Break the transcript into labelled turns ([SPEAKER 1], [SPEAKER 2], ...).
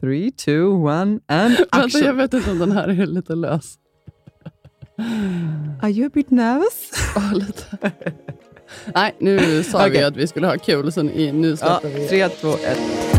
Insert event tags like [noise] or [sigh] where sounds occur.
[SPEAKER 1] Three, two, one, and
[SPEAKER 2] [laughs] Vänta, jag
[SPEAKER 1] action.
[SPEAKER 2] vet inte om den här är lite lös.
[SPEAKER 1] Are you a bit nervous?
[SPEAKER 2] Åh, lite. Nej, nu sa vi
[SPEAKER 1] Okej.
[SPEAKER 2] att vi skulle ha kul, så ni- nu
[SPEAKER 1] Ja, Uh,
[SPEAKER 2] släpper vi.
[SPEAKER 1] tre, två, ett.